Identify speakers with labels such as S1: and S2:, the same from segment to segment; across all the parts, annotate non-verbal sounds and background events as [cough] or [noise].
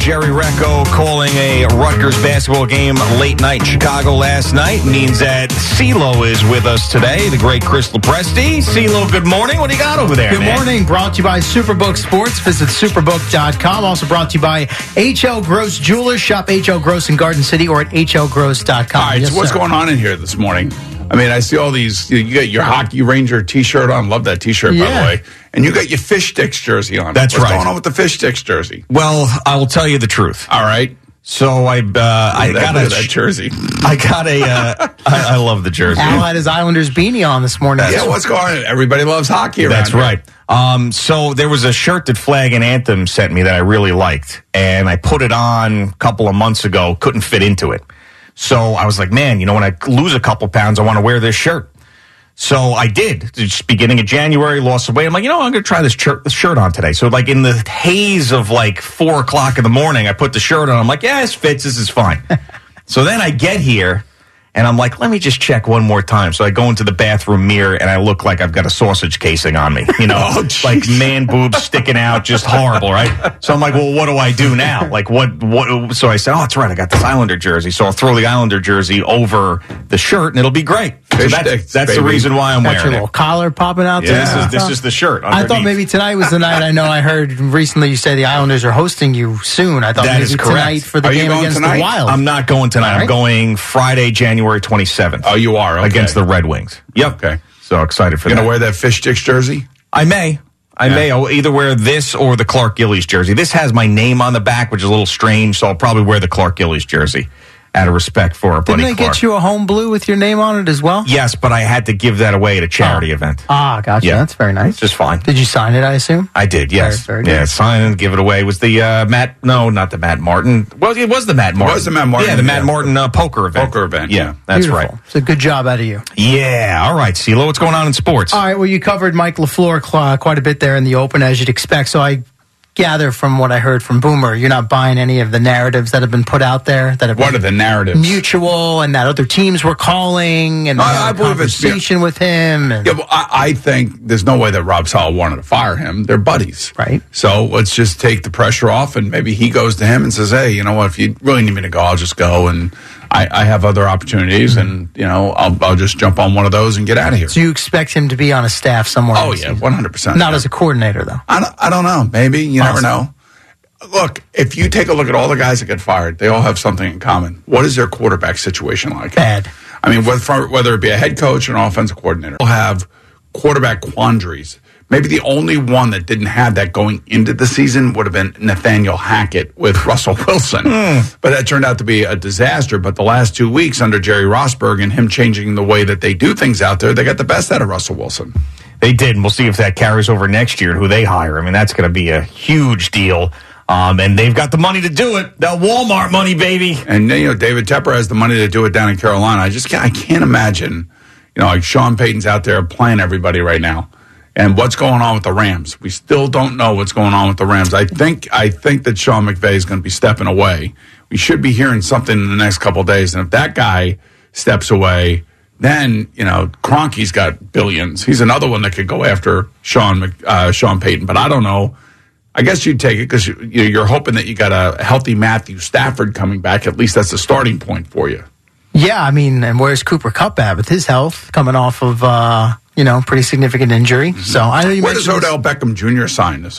S1: Jerry Recco calling a Rutgers basketball game late night Chicago last night means that CeeLo is with us today, the great Chris Lepresti. CeeLo, good morning. What do you got over there?
S2: Good
S1: man?
S2: morning. Brought to you by Superbook Sports. Visit superbook.com. Also brought to you by HL Gross Jewelers. Shop HL Gross in Garden City or at hlgross.com.
S3: All right, so what's going on in here this morning? I mean, I see all these. You got your hockey ranger T-shirt on. Love that T-shirt, by
S2: Yeah.
S3: the way. And you got your fish sticks jersey on.
S1: That's
S3: what's
S1: right.
S3: going on with the fish sticks jersey?
S1: Well, I will tell you the truth.
S3: All right,
S1: So I, uh, I
S3: Look at that,
S1: got
S3: look
S1: a,
S3: at that jersey.
S1: I got a, uh, I, I love the jersey.
S2: Al had his Islanders beanie on this morning.
S3: yeah, what's going on? Everybody loves hockey. Around
S1: That's
S3: here.
S1: right. Um, so there was a shirt that Flag and Anthem sent me that I really liked, and I put it on a couple of months ago. Couldn't fit into it, so I was like, "Man, you know, when I lose a couple pounds, I want to wear this shirt." So I did. Just beginning of January, lost some weight. I'm like, you know, I'm going to try this shirt, this shirt on today. So like in the haze of like four o'clock in the morning, I put the shirt on. I'm like, yeah, this fits. This is fine. so then I get here and I'm like, let me just check one more time. So I go into the bathroom mirror and I look like I've got a sausage casing on me, you know, like man boobs sticking out, just horrible, right? So I'm like, well, what do I do now? Like what, what? So I said, oh, that's right. I got this Islander jersey. So I'll throw the Islander jersey over the shirt and it'll be great. So
S3: Fish
S1: that's,
S3: sticks,
S1: that's the
S3: baby.
S1: reason why I'm
S2: Got your
S1: wearing it.
S2: little collar popping out there.
S1: Yeah, this
S2: and
S1: is this
S2: stuff.
S1: is the shirt.
S2: I thought
S1: underneath.
S2: maybe tonight was the night. I know I heard recently you say the Islanders are hosting you soon. I thought
S1: That
S2: maybe
S1: is correct.
S2: tonight for the
S3: Are you
S2: game
S3: going
S2: against
S3: tonight?
S2: the Wild.
S1: I'm not going tonight. I'm
S2: right.
S1: going Friday, January 27th
S3: Oh, you are okay.
S1: against the Red Wings. Yep.
S3: Okay.
S1: So excited for
S3: You
S1: that.
S3: gonna wear that fish sticks jersey?
S1: I may. I may. I'll either wear this or the Clark Gillies jersey. This has my name on the back, which is a little strange. So I'll probably wear the Clark Gillies jersey out of respect for our
S2: Didn't
S1: buddy
S2: they
S1: Clark.
S2: get you a home blue with your name on it as well?
S1: yes, but I had to give that away at a charity event.
S2: Ah, gotcha.
S1: Yeah.
S2: That's very nice.
S1: It's just fine.
S2: Did you sign it? I assume.
S1: I did, yes.
S2: Very, very
S1: yeah,
S2: good.
S1: sign and give it away. Was the uh, Matt? No, not the Matt Martin. Well, it was the Matt Martin.
S3: was the Matt Martin,
S1: Yeah, the Matt
S3: yeah.
S1: Martin uh, poker event.
S3: Poker event,
S1: Yeah,
S3: yeah.
S1: that's
S2: Beautiful.
S1: right.
S2: So good job out of you.
S1: Yeah. All right, CeeLo, what's going on in sports?
S2: All right. Well, you covered Mike LaFleur cl- quite a bit there in the open, as you'd expect. So I gather from what I heard from Boomer, you're not buying any of the narratives that have been put out there that have
S3: What are
S2: been
S3: the narratives?
S2: mutual and that other teams were calling and
S3: I-
S2: they had
S3: I
S2: a
S3: believe it's- yeah.
S2: conversation with him. And,
S3: Yeah, well, I, I think there's no way that Rob Sala wanted to fire him. They're buddies.
S2: Right.
S3: So let's just take the pressure off and maybe he goes to him and says, Hey, you know what, if you really need me to go, I'll just go and I, I have other opportunities and you know, I'll I'll just jump on one of those and get out of here.
S2: Do you expect him to be on a staff somewhere?
S3: Oh
S2: else?
S3: yeah, one hundred percent.
S2: Not as a coordinator though.
S3: I don't, I don't know. Maybe you never know. Look, if you take a look at all the guys that get fired, they all have something in common. What is their quarterback situation like?
S2: Bad.
S3: I mean, whether, whether it be a head coach or an offensive coordinator, will have quarterback quandaries. Maybe the only one that didn't have that going into the season would have been Nathaniel Hackett with Russell Wilson. But that turned out to be a disaster. But the last two weeks under Jerry Rossberg and him changing the way that they do things out there, they got the best out of Russell Wilson.
S1: They did, and we'll see if that carries over next year and who they hire. I mean, that's going to be a huge deal. Um, and they've got the money to do it. That Walmart money, baby.
S3: And you know, David Tepper has the money to do it down in Carolina. I just can't, I can't imagine, you know, like Sean Payton's out there playing everybody right now. And what's going on with the Rams? We still don't know what's going on with the Rams. I think I think that Sean McVay is going to be stepping away. We should be hearing something in the next couple of days. And if that guy steps away, then you know Cronky's got billions. He's another one that could go after Sean Mc- uh, Sean Payton. But I don't know. I guess you'd take it because you, you- you're hoping that you got a healthy Matthew Stafford coming back. At least that's the starting point for you.
S2: Yeah, I mean, and where's Cooper Cup at with his health coming off of uh, you know pretty significant injury? So I know you
S3: Mm-hmm. Where does
S2: mentioned
S3: Odell Beckham Jr. sign this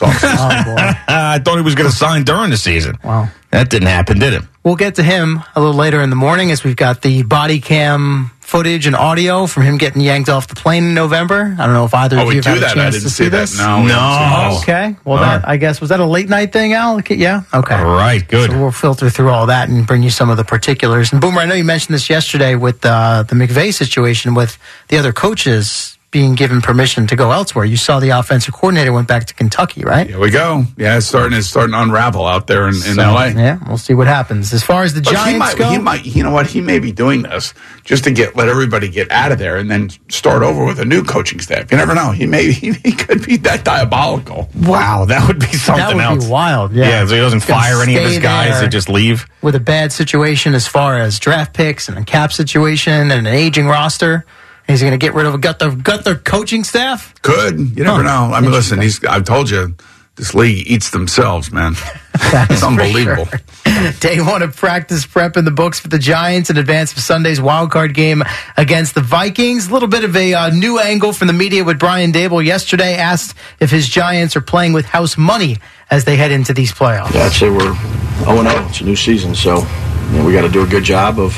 S2: [laughs]
S3: offseason?
S2: Oh, boy.
S1: Uh, I thought he was going to sign during the season.
S2: Wow.
S1: That didn't happen, did it?
S2: We'll get to him a little later in the morning as we've got the body cam footage and audio from him getting yanked off the plane in November. I don't know if either
S3: Oh,
S2: of
S3: we
S2: you have
S3: do
S2: had a
S3: that.
S2: chance
S3: I didn't
S2: to
S3: see, that.
S2: this.
S3: No. we haven't seen
S2: Okay. Well,
S3: All
S2: that
S3: right.
S2: I guess was that a late night thing, Al? Okay, Yeah. Okay.
S1: Uh-huh. All right, good.
S2: So we'll filter through all that and bring you some of the particulars. And Boomer, I know you mentioned this yesterday with uh, the McVay situation with the other coaches being given permission to go elsewhere. You saw the offensive coordinator went back to Kentucky, right?
S3: that. Here we go. Yeah, it's starting. It's starting to unravel out there in, in L.A.
S2: Yeah, we'll see what happens. As far as the
S3: Look,
S2: Giants
S3: he might,
S2: go,
S3: he might, you know what? He may be doing this just to get let everybody get out of there and then start over with a new coaching staff. You never know. He may, [laughs] he, could be that diabolical.
S1: Wow, that would be something
S2: that would
S1: else.
S2: be wild.
S1: Yeah,
S2: Yeah,
S1: so he doesn't
S2: He's gonna
S1: fire any of
S2: stay
S1: his guys;
S2: there
S1: they just leave.
S2: with a bad situation as far as draft picks and a cap situation and an aging roster. And he's going to get rid of a gut their gut their coaching staff.
S3: Could you never
S2: Huh.
S3: know? I mean, listen, he's. I've told you, this league eats themselves,
S2: [laughs]
S3: man. it's unbelievable.
S2: Day one of practice prep in the books for the Giants in advance of Sunday's wild card game against the Vikings. A little bit of a uh, new angle from the media with Brian Dable yesterday asked if his Giants are playing with house money as they head into these playoffs.
S4: I'd say we're 0 0. It's a new season, so you know, we got to do a good job of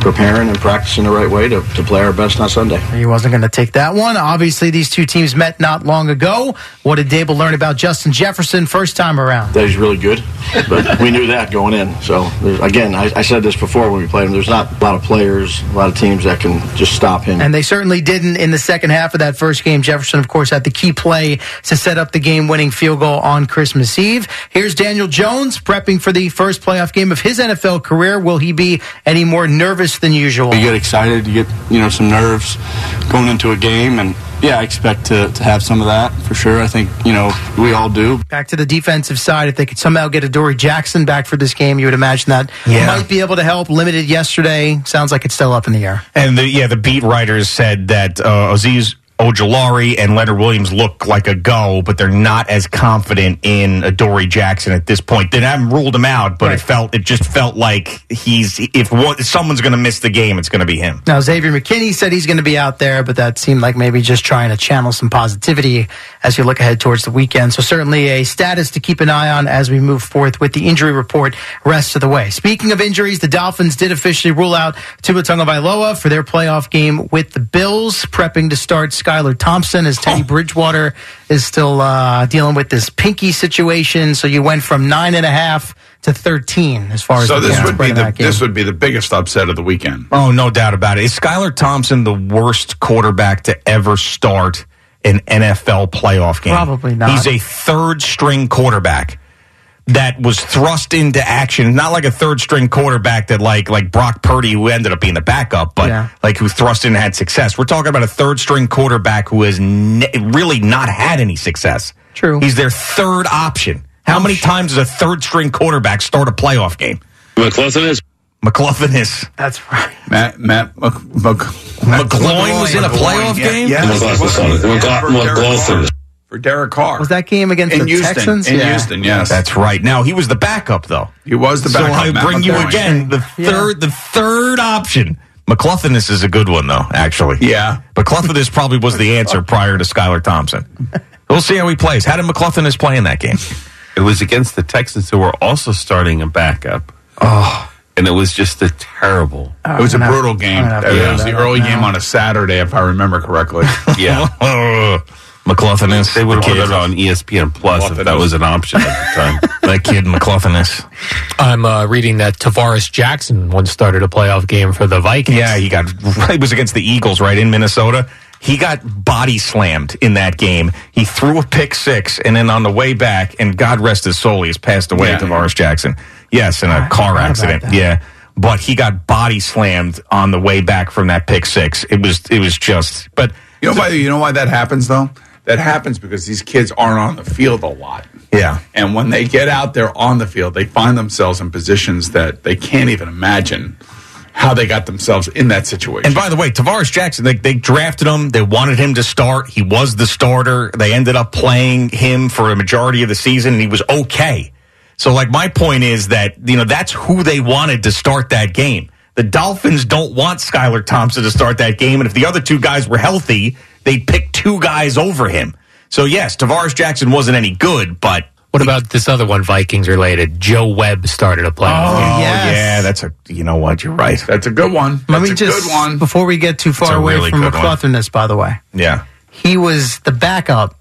S4: preparing and practicing the right way to, to play our best on Sunday.
S2: He wasn't going to take that one. Obviously, these two teams met not long ago. What did Dable learn about Justin Jefferson first time around?
S4: That he's really good, but we knew that going in. So, there's- again, I, I said this before when we played him there's not a lot of players, a lot of teams that can just stop him.
S2: And they certainly didn't in the second half of that first game. Jefferson, of course, had the key play to set up the game winning field goal on Christmas Eve. Here's Daniel Jones prepping for the first playoff game of his NFL career. Will he be any more nervous than usual?
S5: You get excited, you get you know some nerves going into a game, and yeah, I expect to, to have some of that for sure. I think you know we all do.
S2: Back to the defensive side, if they could somehow get a Dory Jackson back for this game, you would imagine that
S1: Yeah.
S2: might be able to help. Limited yesterday. Sounds like it's still up in the air.
S1: And the, yeah, the beat writers said that uh, Aziz Ojolari and Leonard Williams look like a go, but they're not as confident in Adoree Jackson at this point. They haven't ruled him out, but
S2: Right.
S1: it felt it just felt like he's if one, if someone's going to miss the game, it's going to be him.
S2: Now, Xavier McKinney said he's going to be out there, but that seemed like maybe just trying to channel some positivity as we look ahead towards the weekend. So, certainly a status to keep an eye on as we move forth with the injury report rest of the way. Speaking of injuries, the Dolphins did officially rule out Tua Tagovailoa for their playoff game with the Bills, prepping to start Skylar Thompson as
S3: Oh.
S2: Teddy Bridgewater is still uh, dealing with this pinky situation. So, you went from nine and a half to 13 as far as
S3: So
S2: the
S3: this
S2: point
S3: would
S2: spread
S3: be
S2: in
S3: the
S2: that game.
S3: this would be the biggest upset of the weekend.
S1: Oh, no doubt about it. Is Skylar Thompson the worst quarterback to ever start an NFL playoff game?
S2: Probably not.
S1: He's a third string quarterback that was thrust into action. Not like a third string quarterback that like like Brock Purdy who ended up being the backup, but
S2: Yeah.
S1: like who thrust in and had success. We're talking about a third string quarterback who has ne- really not had any success.
S2: True. Oh,
S1: He's their third option. How many times does a third string quarterback start a playoff game? McLaughlin is.
S2: That's right.
S3: Matt Matt Mc, Mc,
S1: McGloin was in a playoff
S3: yeah,
S1: game?
S3: Yeah,
S6: McLaughlin.
S3: McLaughlin for Derek Carr
S2: Was that game against
S3: in
S2: the
S3: Houston?
S2: Texans?
S3: In
S2: Yeah.
S3: Houston, yes,
S1: That's right. Now he was the backup though.
S3: He was the backup,
S1: So I
S3: Matt
S1: bring you
S3: McGloin.
S1: again the
S2: Yeah.
S1: third the third option. McLaughlin is a good one though, actually.
S3: Yeah.
S1: McLaughlin probably was the answer prior to Skylar Thompson. We'll see how he plays. How did McLaughlin is play in that game?
S6: It was against the Texans, who were also starting a backup. Oh. And it was just a terrible.
S3: it was a brutal
S2: Oh, I'm
S3: game.
S2: gonna have to
S3: It
S2: look
S3: was
S2: that
S3: the
S2: up
S3: early
S2: now.
S3: game on a Saturday, if I remember correctly.
S1: [laughs]
S6: Yeah.
S1: McLaughlin is
S6: They would have put
S1: kid.
S6: it on E ESPN Plus if that was an option at the time.
S1: [laughs] that kid McLaughlin is.
S7: I'm uh, reading that Tavares Jackson once started a playoff game for the Vikings.
S1: Yeah, he got [laughs] it was against the Eagles, right in Minnesota. He got body slammed in that game. He threw a pick six, and then on the way back, and God rest his soul, he has passed away.
S3: Yeah.
S1: Tavaris Jackson, yes, in a car accident. Yeah, but he got body slammed on the way back from that pick six. It was it was just, but
S3: You know why? You know why that happens though. That happens because these kids aren't on the field a lot.
S1: yeah,
S3: And when they get out there on the field, they find themselves in positions that they can't even imagine how they got themselves in that situation.
S1: And by the way, Tavares Jackson, they, they drafted him. They wanted him to start. He was the starter. They ended up playing him for a majority of the season, and he was okay. So, like, my point is that, you know, that's who they wanted to start that game. The Dolphins don't want Skylar Thompson to start that game. And if the other two guys were healthy, they'd pick two guys over him. So, yes, Tavares Jackson wasn't any good, but
S7: What about this other one, Vikings related? Joe Webb started a playoff game.
S1: Oh,
S2: yes.
S1: yeah, that's a. You know what? You're right.
S3: That's a good one. That's
S2: Let me
S3: a
S2: just,
S3: good one.
S2: before we get too far
S1: a
S2: away
S1: really
S2: from
S1: good one.
S2: McLaughlin-ness, by the way,
S1: Yeah.
S2: he was the backup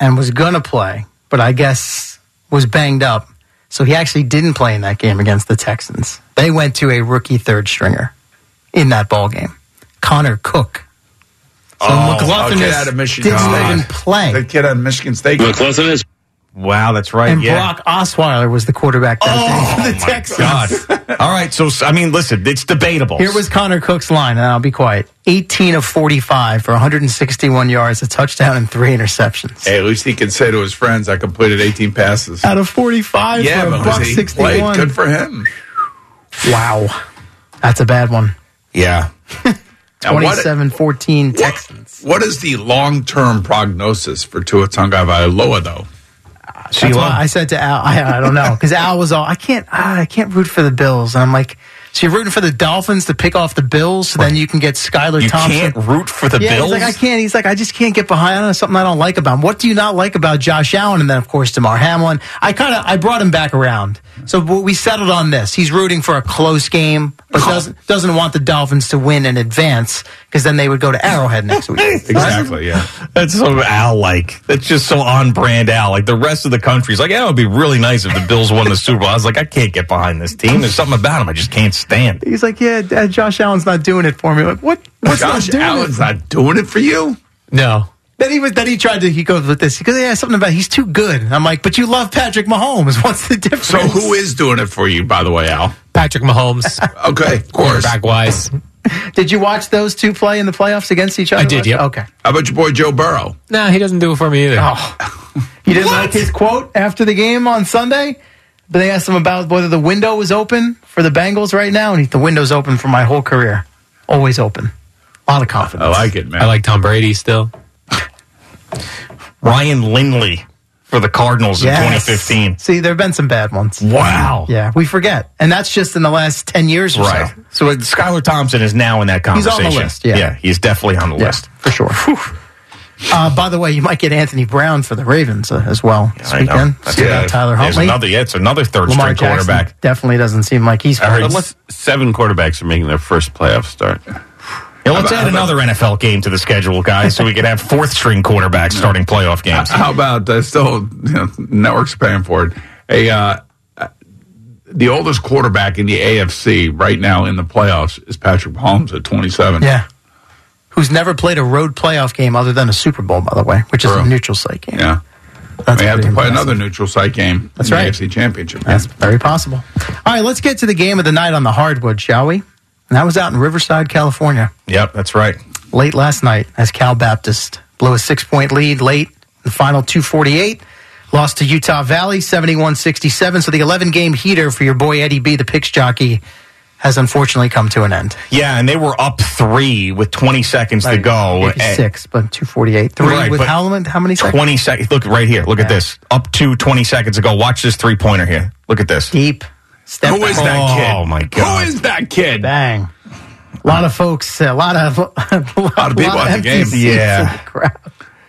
S2: and was going to play, but I guess was banged up. So he actually didn't play in that game against the Texans. They went to a rookie third stringer in that ball game, Connor Cook. So
S1: Oh,
S2: McLaughlin
S3: okay,
S2: is-
S3: out of Michigan Oh,
S2: didn't
S3: State.
S2: even play.
S3: That kid on Michigan State.
S1: Wow, that's right.
S2: and
S1: yeah.
S2: Brock Osweiler was the quarterback that day for the Texans. [laughs]
S1: God. All right. So, I mean, listen, it's debatable.
S2: Here was Connor Cook's line, and I'll be quiet. 18 of 45 for 161 yards, a touchdown, and three interceptions.
S3: Hey, at least he can say to his friends, "I completed 18 passes."
S2: Out of 45
S3: yeah,
S2: for a
S3: but
S2: buck
S3: was he
S2: 61.
S3: played? Good for him.
S2: Wow. That's a bad one. [laughs]
S1: yeah.
S3: Now, what-
S2: 27 14 Texans.
S3: What is the long-term prognosis for Tua Tagovailoa, though?
S2: That's why I said to Al, I, I don't know, because Al was all, I can't, ah, I can't root for the Bills. And I'm like, so you're rooting for the Dolphins to pick off the Bills, so then you can get Skylar
S1: You
S2: Thompson.
S1: can't root for the
S2: yeah,
S1: Bills.
S2: he's like, I can't. He's like, I just can't get behind. I don't know something I don't like about him. What do you not like about Josh Allen? And then, of course, Damar Hamlin. I kind of, I brought him back around. So w- we settled on this. He's rooting for a close game, but doesn't doesn't want the Dolphins to win in advance because then they would go to Arrowhead next week.
S3: Exactly. Yeah.
S1: That's so Al like. That's just so on brand Al. Like the rest of the country's like, yeah, it would be really nice if the Bills won the Super Bowl. I was like, I can't get behind this team. There's something about him I just can't stand.
S2: He's like, yeah, Dad, Josh Allen's not doing it for me. Like, what? What's
S3: Josh
S2: not doing?
S3: Allen's not doing it for you.
S7: No.
S2: Then he was. Then he tried to. He goes with this. He goes, yeah, something about he's too good. And I'm like, but you love Patrick Mahomes. [laughs] What's the difference?
S3: So who is doing it for you, by the way, Al?
S7: Patrick Mahomes,
S3: Okay, of course. How
S7: back wise.
S2: Did you watch those two play in the playoffs against each other?
S7: I did, yep.
S2: Okay.
S3: about your boy Joe Burrow?
S7: Nah, he doesn't do it for me either.
S2: [laughs] You didn't like his quote after the game on Sunday? But they asked him about whether the window was open for the Bengals right now, and he, the window's open for my whole career. Always open. A lot of confidence.
S3: I
S1: Oh,
S3: like it, man.
S7: I like Tom Brady still.
S1: Ryan Lindley for the Cardinals
S2: Yes.
S1: in 2015.
S2: See, there have been some bad ones.
S1: Wow.
S2: Yeah, we forget. And that's just in the last 10 years or
S1: Right.
S2: so.
S1: So it's- Skylar Thompson is now in that
S2: He's on
S1: conversation.
S2: the list, yeah.
S1: he's definitely on the list.
S2: for sure. Uh, by the way, you might get Anthony Brown for the Ravens uh, as well this
S1: I know.
S2: weekend.
S1: That's-
S2: Speaking of Tyler
S1: there's
S2: Huntley,
S1: Another, yeah, it's another third
S2: Lamar
S1: string
S2: Jackson
S1: quarterback.
S2: definitely doesn't seem like he's.
S6: I heard
S2: But
S6: s- seven quarterbacks are making their first playoff start.
S1: Yeah, let's add another NFL game to the schedule, guys, so we could have fourth string quarterbacks starting playoff games.
S3: How about uh, still you know, networks paying for it? A uh, the oldest quarterback in the AFC right now in the playoffs is Patrick Mahomes at 27.
S2: Yeah. Who's never played a road playoff game other than a Super Bowl, by the way, which is
S3: True.
S2: a neutral site game.
S3: yeah.
S2: That's
S3: They have
S2: pretty
S3: to play
S2: impressive.
S3: another neutral site game.
S2: That's
S3: in
S2: right.
S3: The AFC Championship.
S2: That's very possible. All right, let's get to the game of the night on the hardwood, shall we? And that was out in Riverside, California,
S1: Yep, that's right.
S2: late last night as Cal Baptist blew a six point lead late in the final 248. Lost to Utah Valley 71 67. So the 11 game heater for your boy Eddie B, the picks jockey, has unfortunately come to an end.
S1: Yeah, and they were up three with 20 seconds to go.
S3: eh.
S1: Eh,
S2: Maybe
S1: And-
S2: six, but 248. Three
S1: Right,
S2: with
S1: but
S2: how, many- how many seconds?
S1: 20 seconds. Look right here. Look at
S2: Yeah.
S1: this. Up to 20 seconds ago. Watch this three pointer here. Look at this.
S2: Deep. Step
S3: Who is
S2: back.
S3: that kid?
S1: Oh, my God.
S3: Who is that kid?
S2: Bang. A lot of folks, a lot of [laughs] a lot
S3: of people at the
S2: empty
S3: game.
S2: seats
S1: Yeah.
S2: in the crowd.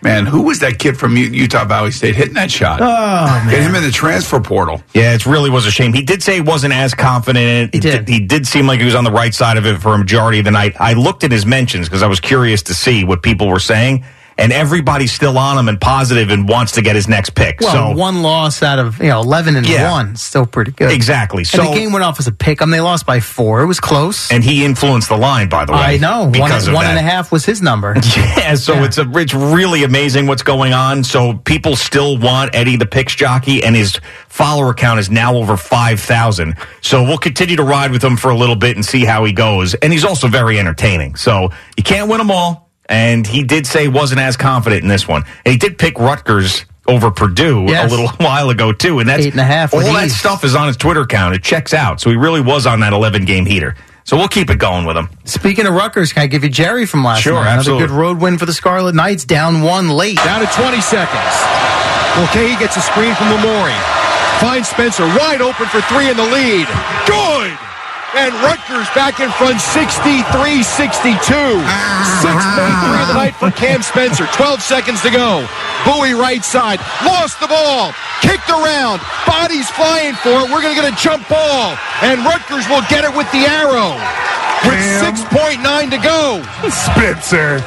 S3: Man, who was that kid from U- Utah Valley State hitting that shot? Oh, Get him in the transfer portal.
S1: Yeah, it really was a shame. He did say he wasn't as confident in it. He
S2: did.
S1: He did seem like he was on the right side of it for a majority of the night. I looked at his mentions because I was curious to see what people were saying, and everybody's still on him and positive and wants to get his next pick.
S2: Well,
S1: so
S2: one loss out of you know eleven and
S1: Yeah.
S2: one, still pretty good.
S1: exactly.
S2: And
S1: So
S2: the game went off as a pick 'em. They lost by four. It was close.
S1: and he influenced the line, by the way.
S2: I know one,
S1: because of
S2: one
S1: that.
S2: and a half was his number.
S1: [laughs] Yeah, so
S2: Yeah.
S1: it's a, it's really amazing what's going on. So people still want Eddie the Picks jockey, and his follower count is now over five thousand. So we'll continue to ride with him for a little bit and see how he goes. And he's also very entertaining. So you can't win them all. And he did say he wasn't as confident in this one. And he did pick Rutgers over Purdue
S2: Yes.
S1: a little [laughs] while ago too. And that's
S2: Eight and a half
S1: All
S2: with
S1: that
S2: ease.
S1: stuff is on his Twitter account. It checks out. So he really was on that eleven game heater. So we'll keep it going with him.
S2: Speaking of Rutgers, can I give you Jerry from last
S1: Sure,
S2: night? Another
S1: absolutely.
S2: good road win for the Scarlet Knights, down one late.
S8: Down to 20 seconds. Mulcahy gets a screen from Lamori. Finds Spencer wide open for three in the lead. Good!
S9: And Rutgers back in front 63 62. 63 of the night for Cam Spencer. 12 seconds to go. Bowie right side. Lost the ball. Kicked around. Bodies flying for it. We're going to get a jump ball. And Rutgers will get it with the arrow. With 6.9 to go.
S10: Spencer,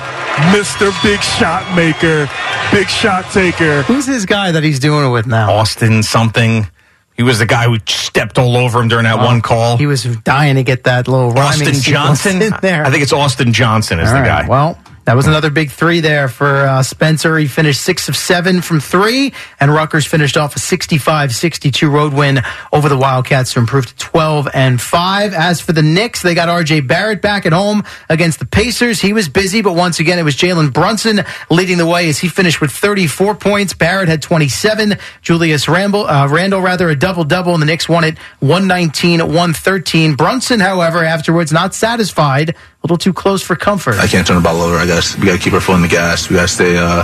S10: Mr. Big Shot Maker, Big Shot Taker.
S2: Who's this guy that he's doing it with now?
S1: Austin something. He was the guy who stepped all over him during that
S2: Oh,
S1: one call.
S2: He was dying to get that little rhyming
S1: Austin
S2: sequence
S1: Johnson.
S2: in there.
S1: I think it's Austin Johnson is
S2: All
S1: the
S2: right,
S1: guy.
S2: [laughs] Well, that was another big three there for uh, Spencer. He finished six of seven from three, and Rutgers finished off a 65 62 road win over the Wildcats to improve to 12 and 5. As for the Knicks, they got RJ Barrett back at home against the Pacers. He was busy, but once again, it was Jalen Brunson leading the way as he finished with 34 points. Barrett had 27. Julius Ramble, uh, Randall, rather, a double double, and the Knicks won it 119 113. Brunson, however, afterwards, not satisfied, a little too close for comfort.
S4: I can't turn the ball over. I got we got to keep our foot on the gas. We got to stay uh,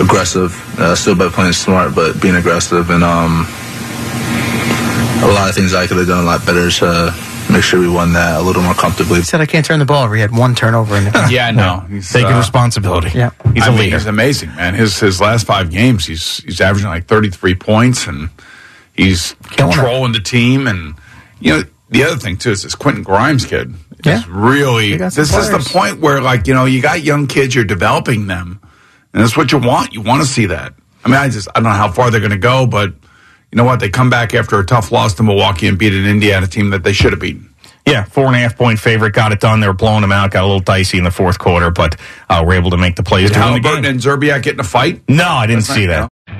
S4: aggressive. Uh, still by playing smart, but being aggressive and um, a lot of things I could have done a lot better to make sure we won that a little more comfortably.
S2: He said, I can't turn the ball over. He had one turnover in the
S3: Yeah, no. He's,
S1: Taking
S3: uh,
S1: responsibility.
S2: [laughs] Yeah.
S1: He's
S3: I
S1: a
S3: mean,
S1: leader.
S3: He's amazing, man. His his last five games, he's he's averaging like thirty three points, and he's controlling the team. And you know, the other thing too is this Quentin Grimes kid.
S2: Yeah.
S3: is really.
S2: They got
S3: This
S2: some
S3: is the
S2: players.
S3: point where like you know you got young kids, you're developing them, and that's what you want. You want to see that. I mean, I just I don't know how far they're going to go, but you know what? They come back after a tough loss to Milwaukee and beat an Indiana team that they should have beaten.
S1: Yeah, four and a half point favorite. Got it done. They were blowing them out. Got a little dicey in the fourth quarter, but uh, were able to make the plays
S3: Did
S1: to win the
S3: Halliburton
S1: game.
S3: and Zerbiak get in a fight?
S1: No, I didn't
S3: That's
S1: see
S3: not-
S1: that.